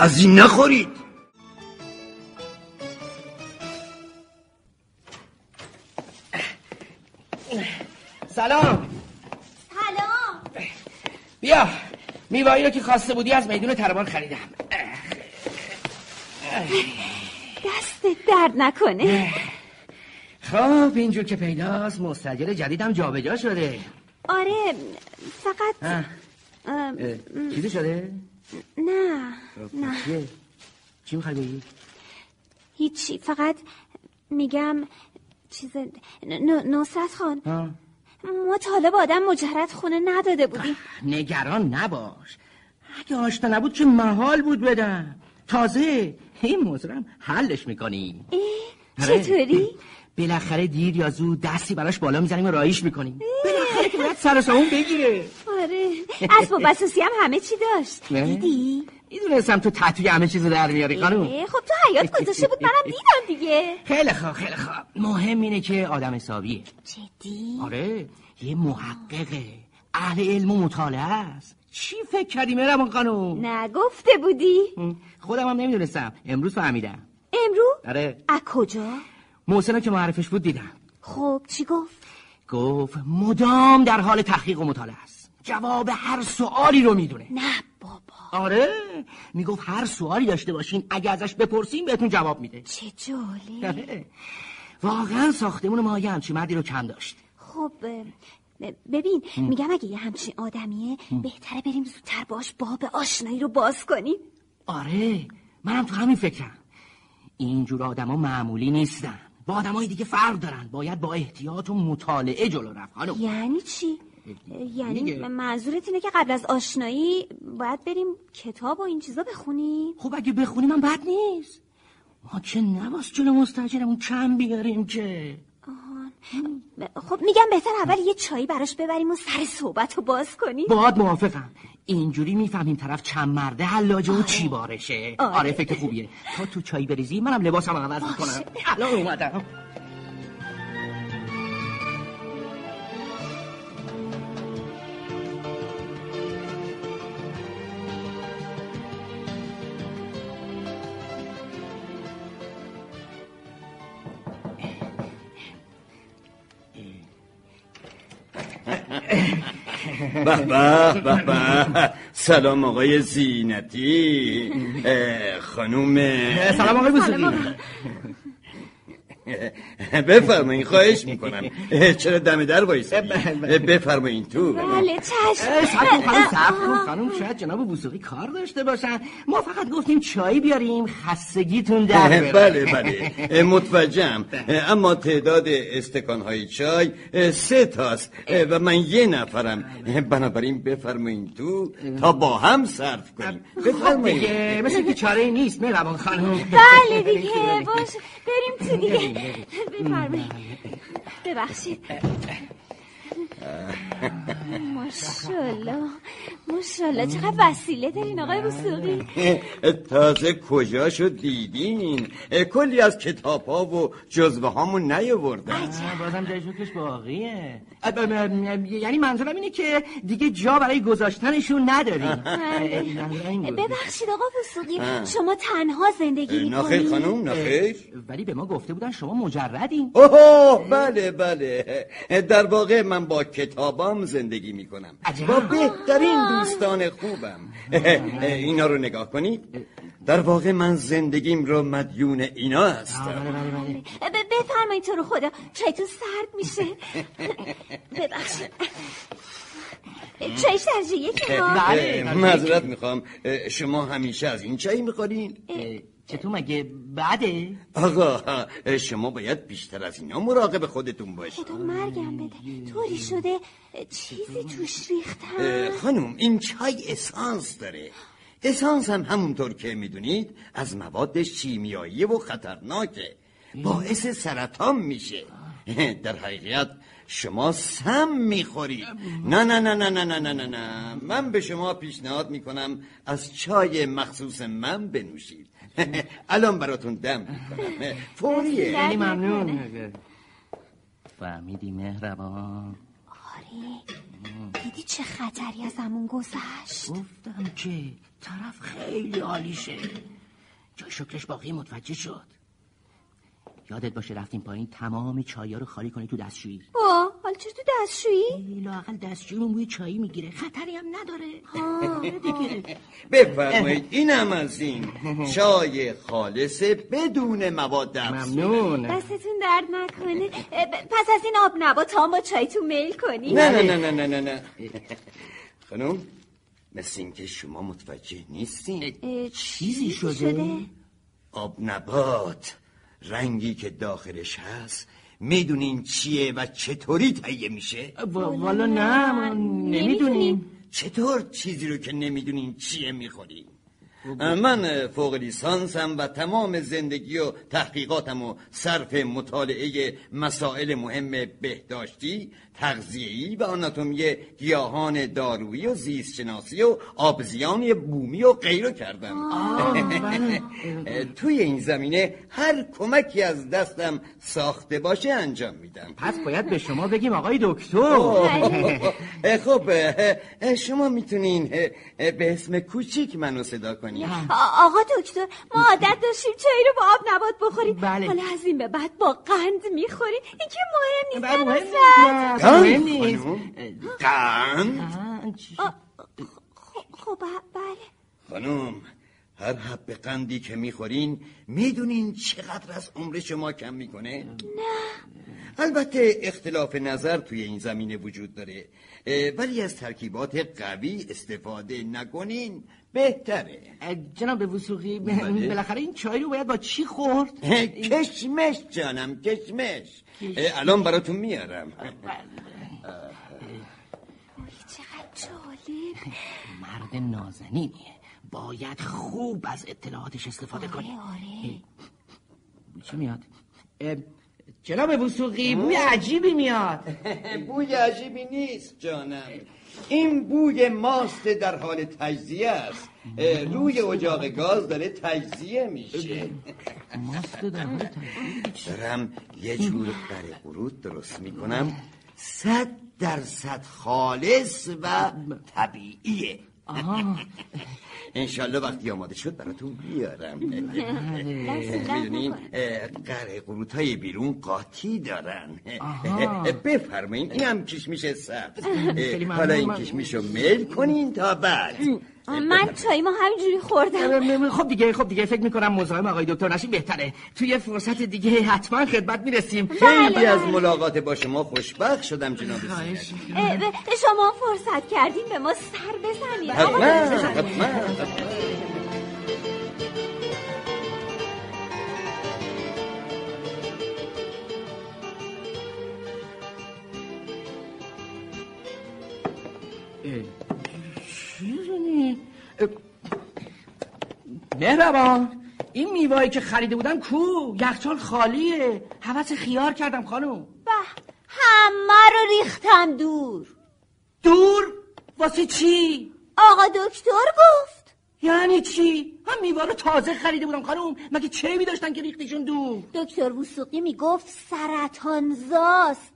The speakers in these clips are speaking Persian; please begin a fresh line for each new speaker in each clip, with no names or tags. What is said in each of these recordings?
از این نخورید
سلام
سلام
بیا میوایی رو که خواسته بودی از میدون تربار خریدم
دستت درد نکنه
خب اینجور که پیداست مستجر جدیدم جابجا شده
آره فقط
اه.
ام،
اه، چیزی شده؟
نه نه
چیه؟ چی میخوای بگی؟
هیچی فقط میگم چیز ن- ن- نصرت خان
ها؟
ما طالب آدم مجرد خونه نداده بودیم
نگران نباش اگه آشنا نبود که محال بود بدم تازه این موضوع هم حلش میکنیم
ای،
آره.
چطوری؟
بالاخره دیر یا زود دستی براش بالا میزنیم و رایش میکنیم بالاخره که باید سر و سامون بگیره
آره اسباب بسوسی هم همه چی داشت
نه.
دیدی؟
میدونستم تو تحتوی همه چیزو در میاری خانم
اه، خب تو حیات گذاشته بود منم دیدم دیگه
خیلی خوب خیلی خوب مهم اینه که آدم حسابیه
جدی؟
آره یه محققه اهل علم و مطالعه است چی فکر کردی مهربان خانم
نه گفته بودی؟
خودم هم نمیدونستم امروز فهمیدم
امرو؟
آره
از کجا؟
محسن که معرفش بود دیدم
خب چی گفت؟
گفت مدام در حال تحقیق و مطالعه است جواب هر سوالی رو میدونه
نه بابا
آره میگفت هر سوالی داشته باشین اگه ازش بپرسین بهتون جواب میده
چه جالی
آره. واقعا ساختمون ما یه همچی مردی رو کم داشت
خب اه، ببین میگم اگه یه همچین آدمیه بهتره بریم زودتر باش باب آشنایی رو باز کنیم
آره منم تو همین فکرم اینجور آدما معمولی نیستن با آدمای دیگه فرق دارن باید با احتیاط و مطالعه جلو رفت خانم
یعنی چی؟ اه، یعنی
دیگه.
منظورت اینه که قبل از آشنایی باید بریم کتاب و این چیزا بخونیم
خب اگه بخونیم من بد نیست ما که نباز جلو مستجرمون کم بیاریم که
آهان. خب میگم بهتر اول یه چایی براش ببریم و سر صحبت رو باز کنیم
باهات موافقم اینجوری میفهمیم طرف چند مرده حلاجه و چی بارشه
آره.
آره. فکر خوبیه تا تو چای بریزی منم لباسم عوض میکنم الان اومدم
به به به به سلام آقای زینتی اه، خانوم
سلام آقای بوسیدی
بفرمایین خواهش میکنم اه، چرا دم در وایسادی
بله،
اه، بفرمایین تو
بله
اه،
چشم
صبر کن خانم صبر کن
آه.
خانم شاید جناب بوسوقی کار داشته باشن ما فقط گفتیم چای بیاریم خستگیتون در
اه،
بره
بله بله اه، متوجهم
بله.
اه، اما تعداد استکانهای چای اه، سه تاست اه، و من یه نفرم اه، بنابراین بفرمایین تو تا با هم صرف کنیم
خب
بفرمایین
دیگه مثل که چاره ای نیست مهربان خانم
بله دیگه باش بریم بله. تو دیگه بفرمایید ببخشید ماشالله ماشالله چقدر وسیله دارین آقای بوسوقی
تازه کجاشو دیدین اه، کلی از کتاب ها و جزوه هامون نیاوردن
آه، بازم جای شکرش باقیه اه، ب- ب- ب- یعنی منظورم اینه که دیگه جا برای گذاشتنشون نداریم بله. اه، منظورم این بود.
ببخشید آقا بوسوقی شما تنها زندگی میکنید
نخیر خانم نخیر
ولی به ما گفته بودن شما مجردین
اوه بله بله در واقع من با کتابام زندگی میکنم
عجب.
با بهترین دوستان خوبم اینا رو نگاه کنید در واقع من زندگیم رو مدیون اینا
بله، آره،
هستم
ب- بفرمایید تو رو خدا چایتون سرد میشه ببخشید چایش درجه یک ها
بله.
اه، معذرت میخوام اه، شما همیشه از این چای میخورین
اه، چطور مگه بعده؟
آقا اه، شما باید بیشتر از اینا مراقب خودتون باشید
خدا مرگم بده طوری شده چیزی توش ریختم
اه، خانم این چای اسانس داره اسانس هم همونطور که میدونید از مواد شیمیایی و خطرناکه باعث سرطان میشه در حقیقت شما سم میخورید نه نه نه نه نه نه نه نه نه من به شما پیشنهاد میکنم از چای مخصوص من بنوشید الان براتون دم میکنم فوریه
خیلی ممنون فهمیدی مهربان
آره دیدی چه خطری از همون گذشت
گفتم که طرف خیلی عالیشه جای شکرش باقی متوجه شد یادت باشه رفتیم پایین تمام چایا رو خالی کنی تو دستشویی
آه حالا چرا تو دستشویی
لاقل دستشویمون بوی چایی میگیره خطری هم نداره آره دیگه
بفرمایید اینم از این چای خالص بدون مواد افزوده.
ممنون
دستتون درد نکنه اه، ب- پس از این آب نبات هم با چایتون میل کنی
نه نه نه نه نه نه نه خانم مثل اینکه شما متوجه نیستین
اه،
چیزی شده؟
آب نبات رنگی که داخلش هست میدونین چیه و چطوری تهیه میشه
وا- والا نه ما نمیدونیم
چطور چیزی رو که نمیدونین چیه میخورین من فوق لیسانسم و تمام زندگی و تحقیقاتم و صرف مطالعه مسائل مهم بهداشتی تغذیه‌ای و آناتومی گیاهان دارویی و زیستشناسی و آبزیان بومی و غیره کردم
بله.
اه، توی این زمینه هر کمکی از دستم ساخته باشه انجام میدم
پس باید به شما بگیم آقای دکتر
آه، اه، خب اه، اه، شما میتونین اه، اه، به اسم کوچیک منو صدا کنین
آ- آقا دکتر ما عادت داشتیم چای رو با آب نبات بخوریم
بله.
حالا از این به بعد با قند میخوریم این که مهم نیست
بله، مهم
نوزد.
نیست.
قند،
مهم نیست.
خانم. قند
آه، چی-
خب- خب ب- بله
خانم هر حب قندی که میخورین میدونین چقدر از عمر شما کم میکنه؟ البته اختلاف نظر توی این زمینه وجود داره اه، ولی از ترکیبات قوی استفاده نکنین بهتره
اه، جناب وسوقی ب-
بله.
بالاخره این چای رو باید با چی خورد
کشمش جانم کشمش اه، الان براتون میارم
اوی چقدر جالب
مرد نازنینیه باید خوب از اطلاعاتش استفاده کنیم
آره آره
چی میاد اه، جناب وسوقی بوی عجیبی میاد
بوی عجیبی نیست جانم این بوی ماست در حال تجزیه است اه، روی اجاق گاز داره تجزیه میشه
ماست در حال تجزیه.
دارم یه جور بر ورود درست میکنم صد درصد خالص و طبیعیه
آها
انشالله وقتی آماده شد براتون
بله.
بیارم
دست درد
میدونین
نکنه
قره قروت های بیرون قاطی دارن
آها.
بفرمایین این هم کشمیش سبز
خیلی ممنون. بله.
حالا این کشمیشو میل کنین تا بعد
آه، من چای ما همینجوری خوردم
خب دیگه خب دیگه فکر میکنم مزاحم آقای دکتر نشیم بهتره توی فرصت دیگه حتما خدمت میرسیم
خیلی از ملاقات با شما خوشبخت شدم جناب
خواهش.
سینا.
اه، ب- شما هم فرصت کردین به ما سر بزنید آقا
حتما
دکتر.
حتما
چیزی مهربان این میوهایی که خریده بودم کو یخچال خالیه حوث خیار کردم خانم
به همه رو ریختم دور
دور واسه چی
آقا دکتر گفت
یعنی چی هم میوه رو تازه خریده بودم خانم مگه چه میداشتن که ریختیشون دور
دکتر وسوقی میگفت سرطان زاست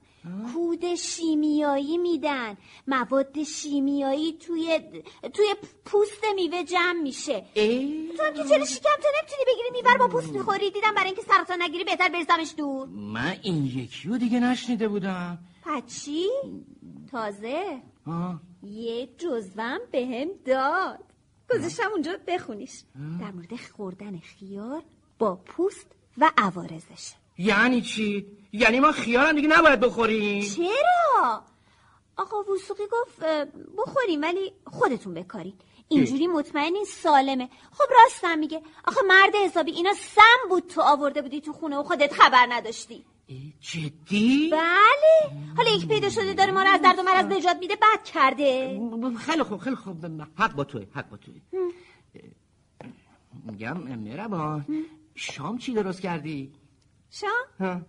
کود شیمیایی میدن مواد شیمیایی توی توی پوست میوه جمع میشه
ای
تو هم که چرا شکم تو نمیتونی بگیری میوه رو با پوست میخوری دیدم برای اینکه سرطان نگیری بهتر بریزمش دور
من این یکی رو دیگه نشنیده بودم
پچی تازه
آه.
یه جزوم بهم داد گذاشتم اونجا بخونیش در مورد خوردن خیار با پوست و عوارضش
یعنی چی یعنی ما خیارم دیگه نباید بخوریم
چرا؟ آقا وسوقی گفت اه، بخوریم ولی خودتون بکارین اینجوری مطمئنی سالمه خب راستم میگه آخه مرد حسابی اینا سم بود تو آورده بودی تو خونه و خودت خبر نداشتی
ای، جدی
بله حالا یک پیدا شده داره ما رو از درد و مرز نجات میده بد کرده
خیلی خوب خیلی خوب حق با توی حق با توی میگم مهربان شام چی درست کردی؟
شام
ها؟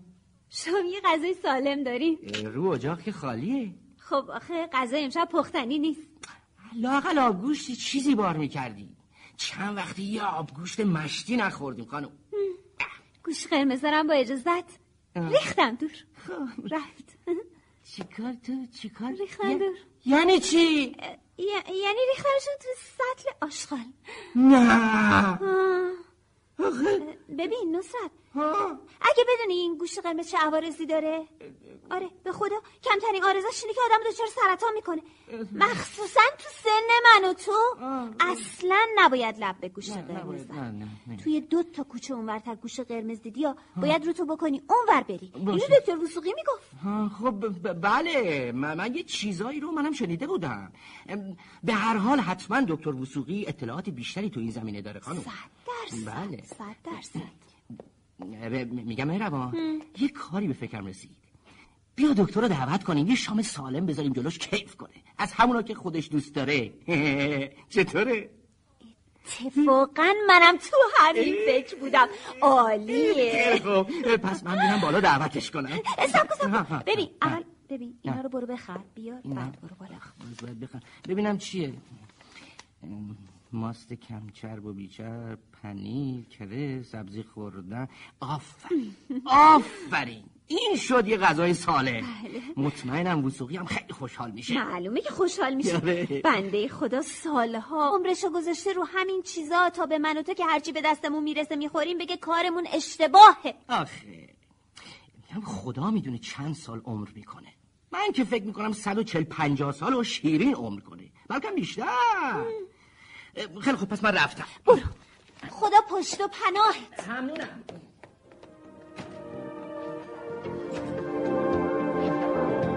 شام یه غذای سالم داریم
اه، رو اجاق که خالیه
خب آخه غذای امشب پختنی نیست
لاقل آبگوشتی چیزی بار میکردی چند وقتی یه آبگوشت مشتی نخوردیم خانم خب.
گوش قرمز دارم با اجازت ریختم دور رفت
چیکار تو چیکار
ریخنده.
یا- یعنی چی
ی- یعنی ریختنشون تو سطل آشغال
نه
آه. ببین نصرت
ها.
اگه بدونی این گوشت قرمز چه عوارضی داره آره به خدا کمترین آرزش اینه که آدم دچار سرطان میکنه مخصوصا تو سن من و تو اصلا نباید لب به گوشت
نه،
قرمز
نباید. نه، نه، نه.
توی دو تا کوچه اونورتر گوشت قرمز دیدی یا باید رو تو بکنی اونور بری اینو
باشه.
دکتر وسوقی میگفت
ها، خب ب- ب- بله من, من یه چیزایی رو منم شنیده بودم ام، به هر حال حتما دکتر وسوقی اطلاعات بیشتری تو این زمینه داره خانم
صد درصد
بله
صد درصد
ب- م- میگم مهربان یه کاری به فکرم رسید بیا دکتر رو دعوت کنیم یه شام سالم بذاریم جلوش کیف کنه از همونا که خودش دوست داره چطوره؟
اتفاقا منم تو همین فکر بودم عالیه
خیلی خوب. خب، پس من میرم بالا دعوتش کنم
سب کن، سب
ها،
کن.
ها.
ببین
ها.
اول ببین اینا رو برو بخر بیار بعد برو بالا
باز باید بخوام. ببینم چیه ام، ماست کمچرب و بیچرب پنیر کره سبزی خوردن آفرین آفرین این شد یه غذای سالم مطمئنم وسوقی هم خیلی خوشحال میشه
معلومه که خوشحال میشه
آره.
بنده خدا سالها عمرشو گذاشته رو همین چیزا تا به من و تو که هرچی به دستمون میرسه میخوریم بگه کارمون اشتباهه
آخه میگم خدا میدونه چند سال عمر میکنه من که فکر میکنم 140 50 سال و شیرین عمر کنه بلکه بیشتر اه، خیلی خوب پس من رفتم
برو خدا پشت و پناهت
ممنونم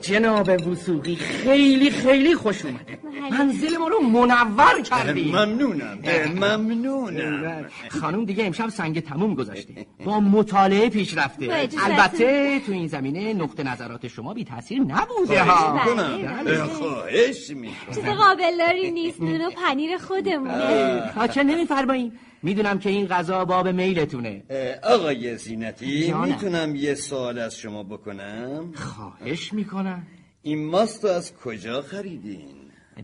جناب وسوقی خیلی خیلی خوش اومده
بله.
منزل ما رو منور کردی
ممنونم ممنونم
خانم دیگه امشب سنگ تموم گذاشته با مطالعه پیش
با
رفته
اجازتون.
البته تو این زمینه نقطه نظرات شما بی تاثیر نبوده
خواهش
ها
بله،
خب، می‌کنم. خب،
بله.
خواهش میکنم
چیز قابل داری نیست نون و پنیر خودمونه
ها، چه نمیفرماییم میدونم که این غذا باب میلتونه
آقای زینتی
جانم.
میتونم یه سوال از شما بکنم
خواهش میکنم
این ماست رو از کجا خریدین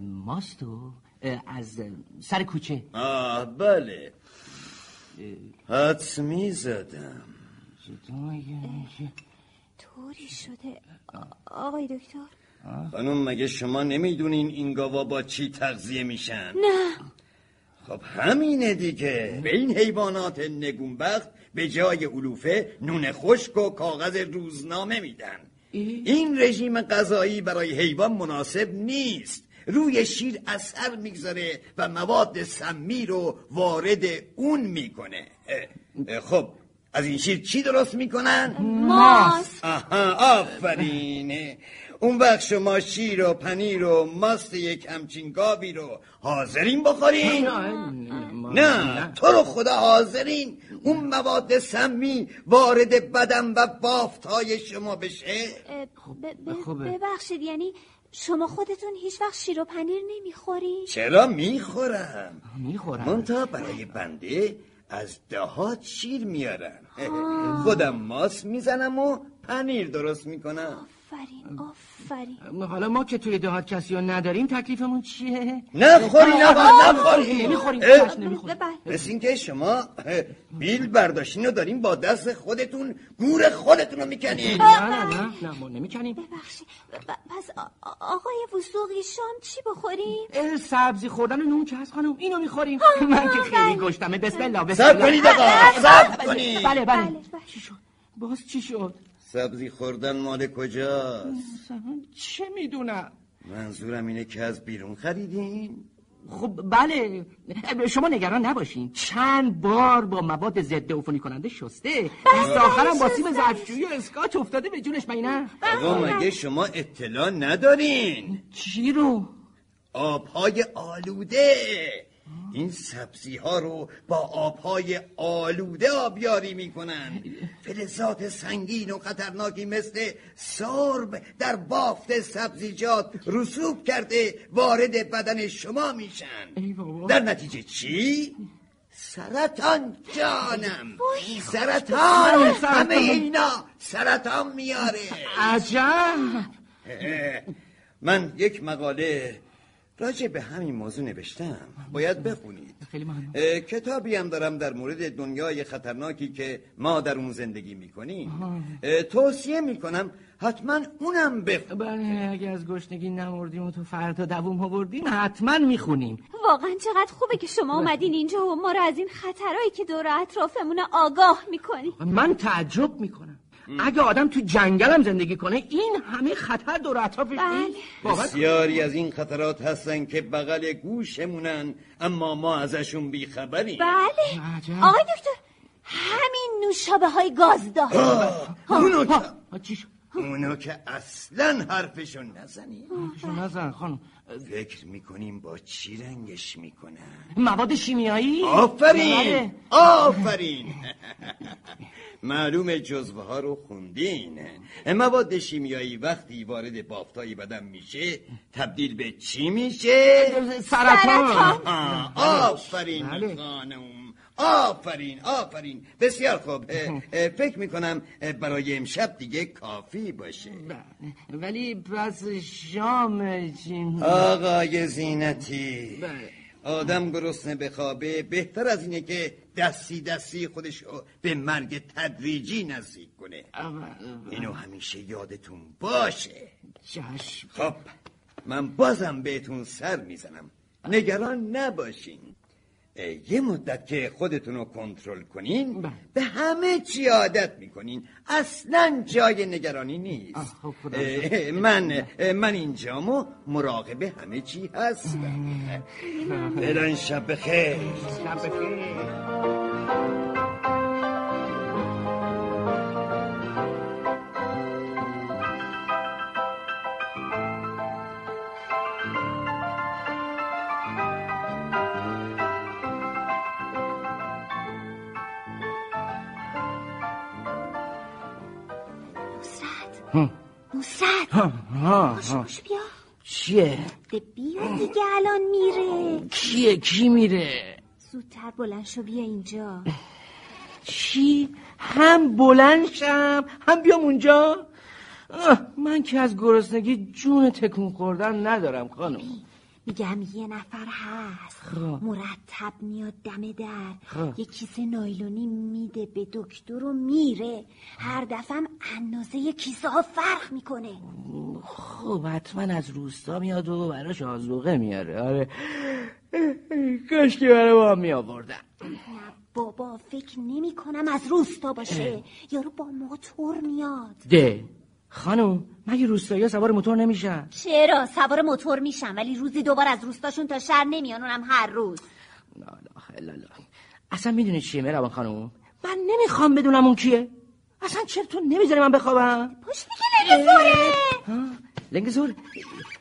ماستو اه، از اه، سر کوچه
آه بله حدس میزدم
طوری شده آ- آقای دکتر
خانم مگه شما نمیدونین این گاوا با چی تغذیه میشن
نه
خب همینه دیگه به این حیوانات نگونبخت به جای علوفه نون خشک و کاغذ روزنامه میدن این رژیم غذایی برای حیوان مناسب نیست روی شیر اثر میگذاره و مواد سمی رو وارد اون میکنه اه، اه، خب از این شیر چی درست میکنن؟
ماست
آها آفرینه اون وقت شما شیر و پنیر و ماست یک همچین گاوی رو حاضرین بخورین؟ نه تو رو خدا حاضرین اون مواد سمی وارد بدن و بافت های شما بشه
اه، ب- ب-
خوبه.
ببخشید یعنی شما خودتون هیچ وقت شیر و پنیر نمیخورین
چرا میخورم
میخورم
منتها برای بنده از دهات شیر میارن خودم ماس میزنم و پنیر درست میکنم
آفرین آفرین
حالا ما که توی دهات کسی رو نداریم تکلیفمون چیه؟
نخوری آقا نخوری
نمیخوریم
اه،
چشم نمیخوریم
ببر.
مثل اینکه شما اه، بیل برداشتین رو دارین با دست خودتون گور خودتون رو میکنین
نه نه نه نه ما نمیکنیم
ببخشید ب- پس آ- آ- آقای وسوقی شام چی بخوریم؟
اه، سبزی خوردن و نون که هست خانم اینو میخوریم من که خیلی گشتمه بسم الله بسم
سب
الله
کنید آقا سب کنید
بله
بله،
بله
بله.
چی شد باز چی شد
سبزی خوردن مال کجاست
چه میدونم
منظورم اینه که از بیرون خریدین
خب بله شما نگران نباشین چند بار با مواد ضد عفونی کننده شسته دست آخرم با سیب ظرفشویی و اسکاچ افتاده به جونش مگه نه
آقا مگه شما اطلاع ندارین
چی رو
آبهای آلوده این سبزی ها رو با آبهای آلوده آبیاری میکنن فلزات سنگین و خطرناکی مثل سرب در بافت سبزیجات رسوب کرده وارد بدن شما میشن
ای بابا.
در نتیجه چی؟ سرطان جانم سرطان همه اینا سرطان میاره
عجب
من یک مقاله راجع به همین موضوع نوشتم باید بخونید
خیلی ممنون.
اه، کتابی هم دارم در مورد دنیای خطرناکی که ما در اون زندگی میکنیم اه، توصیه میکنم حتما اونم بخون
بله اگه از گشنگی نمردیم و تو فردا دووم آوردیم حتما میخونیم
واقعا چقدر خوبه که شما اومدین اینجا و ما رو از این خطرهایی که دور و اطرافمون آگاه میکنی
من تعجب میکنم اگه آدم تو جنگلم زندگی کنه این همه خطر دور اطرافش
بله.
نیست باور کن.
بسیاری از این خطرات هستن که بغل گوشمونن اما ما ازشون بیخبریم
بله
عجب.
آقای دکتر همین نوشابه های گازدار
آه، اونو که
خب، آه، آه، چی شد
اونو که اصلا حرفشون نزنیم
حرفشو نزن خانم
فکر میکنیم با چی رنگش میکنن
مواد شیمیایی
آفرین
بله.
آفرین معلوم جزوه ها رو خوندین مواد شیمیایی وقتی وارد بافتای بدن میشه تبدیل به چی میشه؟
بله. سرطان
سرطان.
آه، آفرین
بله.
خانم آفرین آفرین بسیار خوب اه، اه، فکر میکنم اه، برای امشب دیگه کافی باشه
بله. ولی پس شام چی؟
آقای زینتی
بله.
آدم گرسنه بخوابه بهتر از اینه که دستی دستی خودش رو به مرگ تدریجی نزدیک کنه اینو همیشه یادتون باشه
چشم
خب من بازم بهتون سر میزنم نگران نباشین اه، یه مدت که خودتون رو کنترل کنین
بله.
به همه چی عادت میکنین اصلا جای نگرانی نیست
آه، خب، خدا
اه، اه، من اه، من اینجام و مراقب همه چی هستم فعلا شب بخیر
شب بخیر.
نصرت نصرت
آه، آه،
باش
آه.
باش بیا
چیه
بیا دیگه الان میره
کیه کی میره
زودتر بلند شو بیا اینجا
چی هم بلند شم هم بیام اونجا آه، من که از گرسنگی جون تکون خوردن ندارم خانم
میگم یه نفر هست مرتب میاد دم در
خب.
یه کیسه نایلونی میده به دکتر و میره هر دفعه اندازه کیسه ها فرق میکنه
خب حتما از روستا میاد و براش آزوغه میاره آره کاش که برای ما می آوردن
نه بابا فکر نمی کنم از روستا باشه یارو با موتور میاد
ده خانم مگه روستایی سوار موتور نمیشن
چرا سوار موتور میشم ولی روزی دوبار از روستاشون تا شهر نمیان اونم هر روز
لا لا الا الله. اصلا میدونی چیه مهربان خانم من نمیخوام بدونم اون کیه اصلا چرا تو نمیذاری من بخوابم
پشت میگه نمیزوره
ها؟ لنگ زور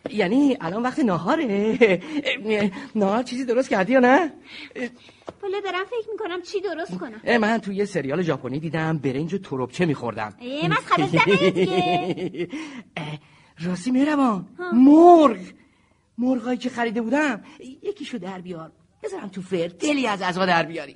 یعنی الان وقت ناهاره ناهار چیزی درست کردی یا نه
بله دارم فکر میکنم چی درست کنم
اه، من توی یه سریال ژاپنی دیدم برنج و تروبچه میخوردم
ای من خبه زده دیگه
اه، راستی مهربان مرغ مرغایی که خریده بودم یکیشو در بیار بذارم تو فر دلی از ازا در بیاری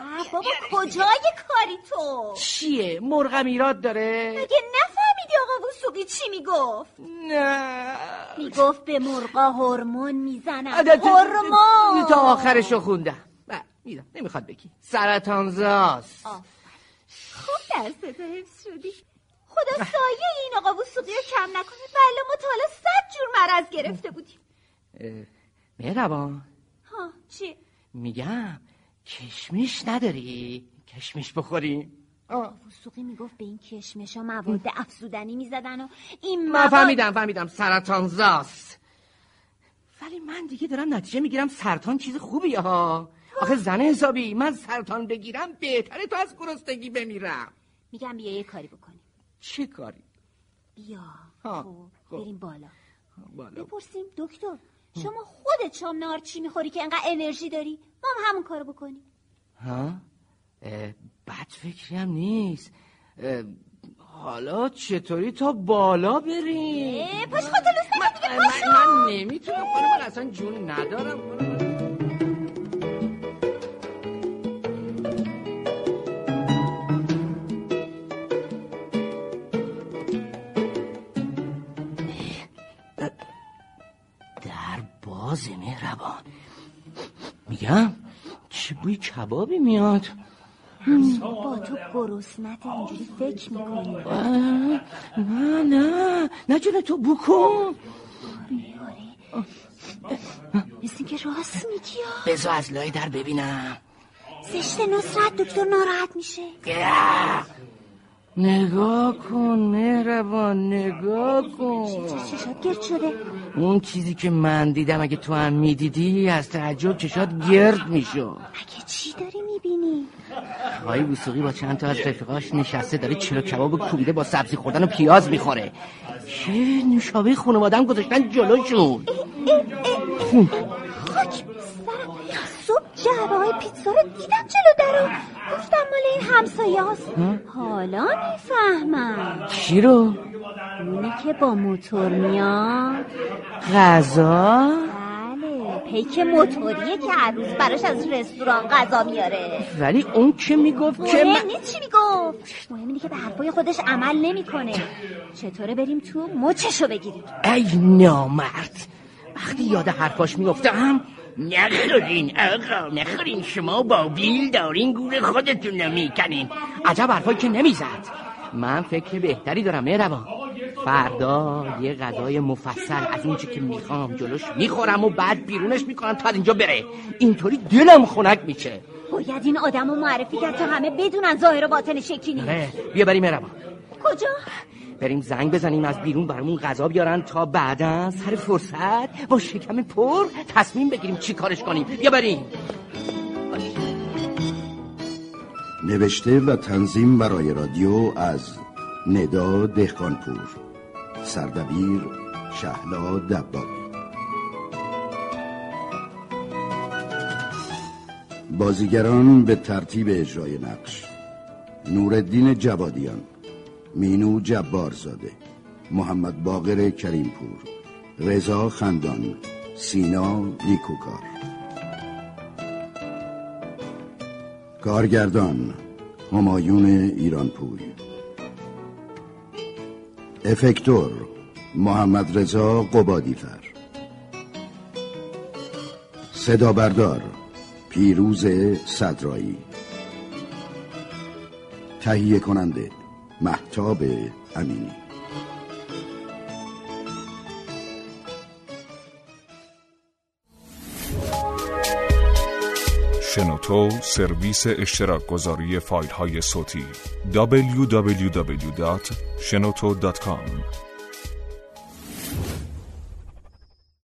آه، بابا کجای کاری تو
چیه مرغم ایراد داره
مگه نفهمیدی آقا وسوقی چی میگفت
نه
میگفت به مرغا هورمون میزنم
عدد-
هورمون
تا آخرشو خوندم بله میدم نمیخواد بگی سرطان زاست
آفرین. خوب درس حفظ شدی خدا سایه این آقا وسوقی رو کم نکنه بله ما تا حالا صد جور مرض گرفته بودیم
اه، مهربان
ها چی
میگم کشمش نداری کشمش بخوریم
آقا وسوقی میگفت به این کشمشا مواد افزودنی میزدن و این
من
مواد
فهمیدم فهمیدم سرطان زاست ولی من دیگه دارم نتیجه میگیرم سرطان چیز خوبیه ها آخه زن حسابی من سرطان بگیرم بهتره تو از گرسنگی بمیرم
میگم بیا یه کاری بکنیم
چه کاری
بیا
ها،
خب
خب.
بریم بالا
بالا
بپرسیم دکتر شما خودت شام نهار چی میخوری که انقدر انرژی داری ما هم همون کارو بکنیم
ها؟ اه، بد فکری هم نیست اه، حالا چطوری تا بالا بریم
اه، پاش خودت لوس نکن دیگه.
من, من نمیتونم خانم من اصلا جون ندارم خانم. کبابی میاد
با تو گرسنت اینجوری فکر میکنی
آه، نه نه نه جون تو بو کن
مثل که راست میگی آه.
بذار از لای در ببینم
زشت نصرت دکتر ناراحت میشه
نگاه کن مهربان نگاه کن
چشات گرد شده
اون چیزی که من دیدم اگه تو هم میدیدی از تعجب چشات گرد میشد
مگه چی داری میبینی
آقای وسوقی با چند تا از رفیقاش نشسته داره چلو کباب کوبیده با سبزی خوردن و پیاز میخوره چه نوشابه خانوادم گذاشتن جلوشون
خاک بر سرم صبح جعبه های پیتزا رو دیدم جلو درو گفتم مال این همسایه هاست حالا میفهمم
چی رو؟
اونی که با موتور میاد
غذا؟
بله پیک موتوریه که هر روز براش از رستوران غذا میاره
ولی اون که میگفت که من-
مهم نیست چی میگفت مهم اینه که به حرفای خودش عمل نمیکنه چطوره بریم تو مچشو بگیریم
ای نامرد وقتی یاد حرفاش میفتم نخورین آقا نخورین شما با بیل دارین گور خودتون رو میکنین عجب حرفایی که نمیزد من فکر بهتری دارم مهربان فردا یه غذای مفصل از اونچه که میخوام جلوش میخورم و بعد بیرونش میکنم تا از اینجا بره اینطوری دلم خنک میشه
باید این آدم رو معرفی کرد تا همه بدونن ظاهر و باطن شکی نیست
آره، بیا بریم مهربان
کجا
بریم زنگ بزنیم از بیرون برامون غذا بیارن تا بعدا سر فرصت با شکم پر تصمیم بگیریم چی کارش کنیم بیا بریم
نوشته و تنظیم برای رادیو از ندا دهقانپور سردبیر شهلا دباغی بازیگران به ترتیب اجرای نقش نوردین جوادیان مینو جبارزاده محمد باقر کریمپور رضا خندان سینا نیکوکار کارگردان همایون ایرانپور افکتور محمد رضا قبادیفر صدا بردار پیروز صدرایی تهیه کننده محتاب امینی
شنوتو سرویس اشتراک گذاری فایل های صوتی www.shenoto.com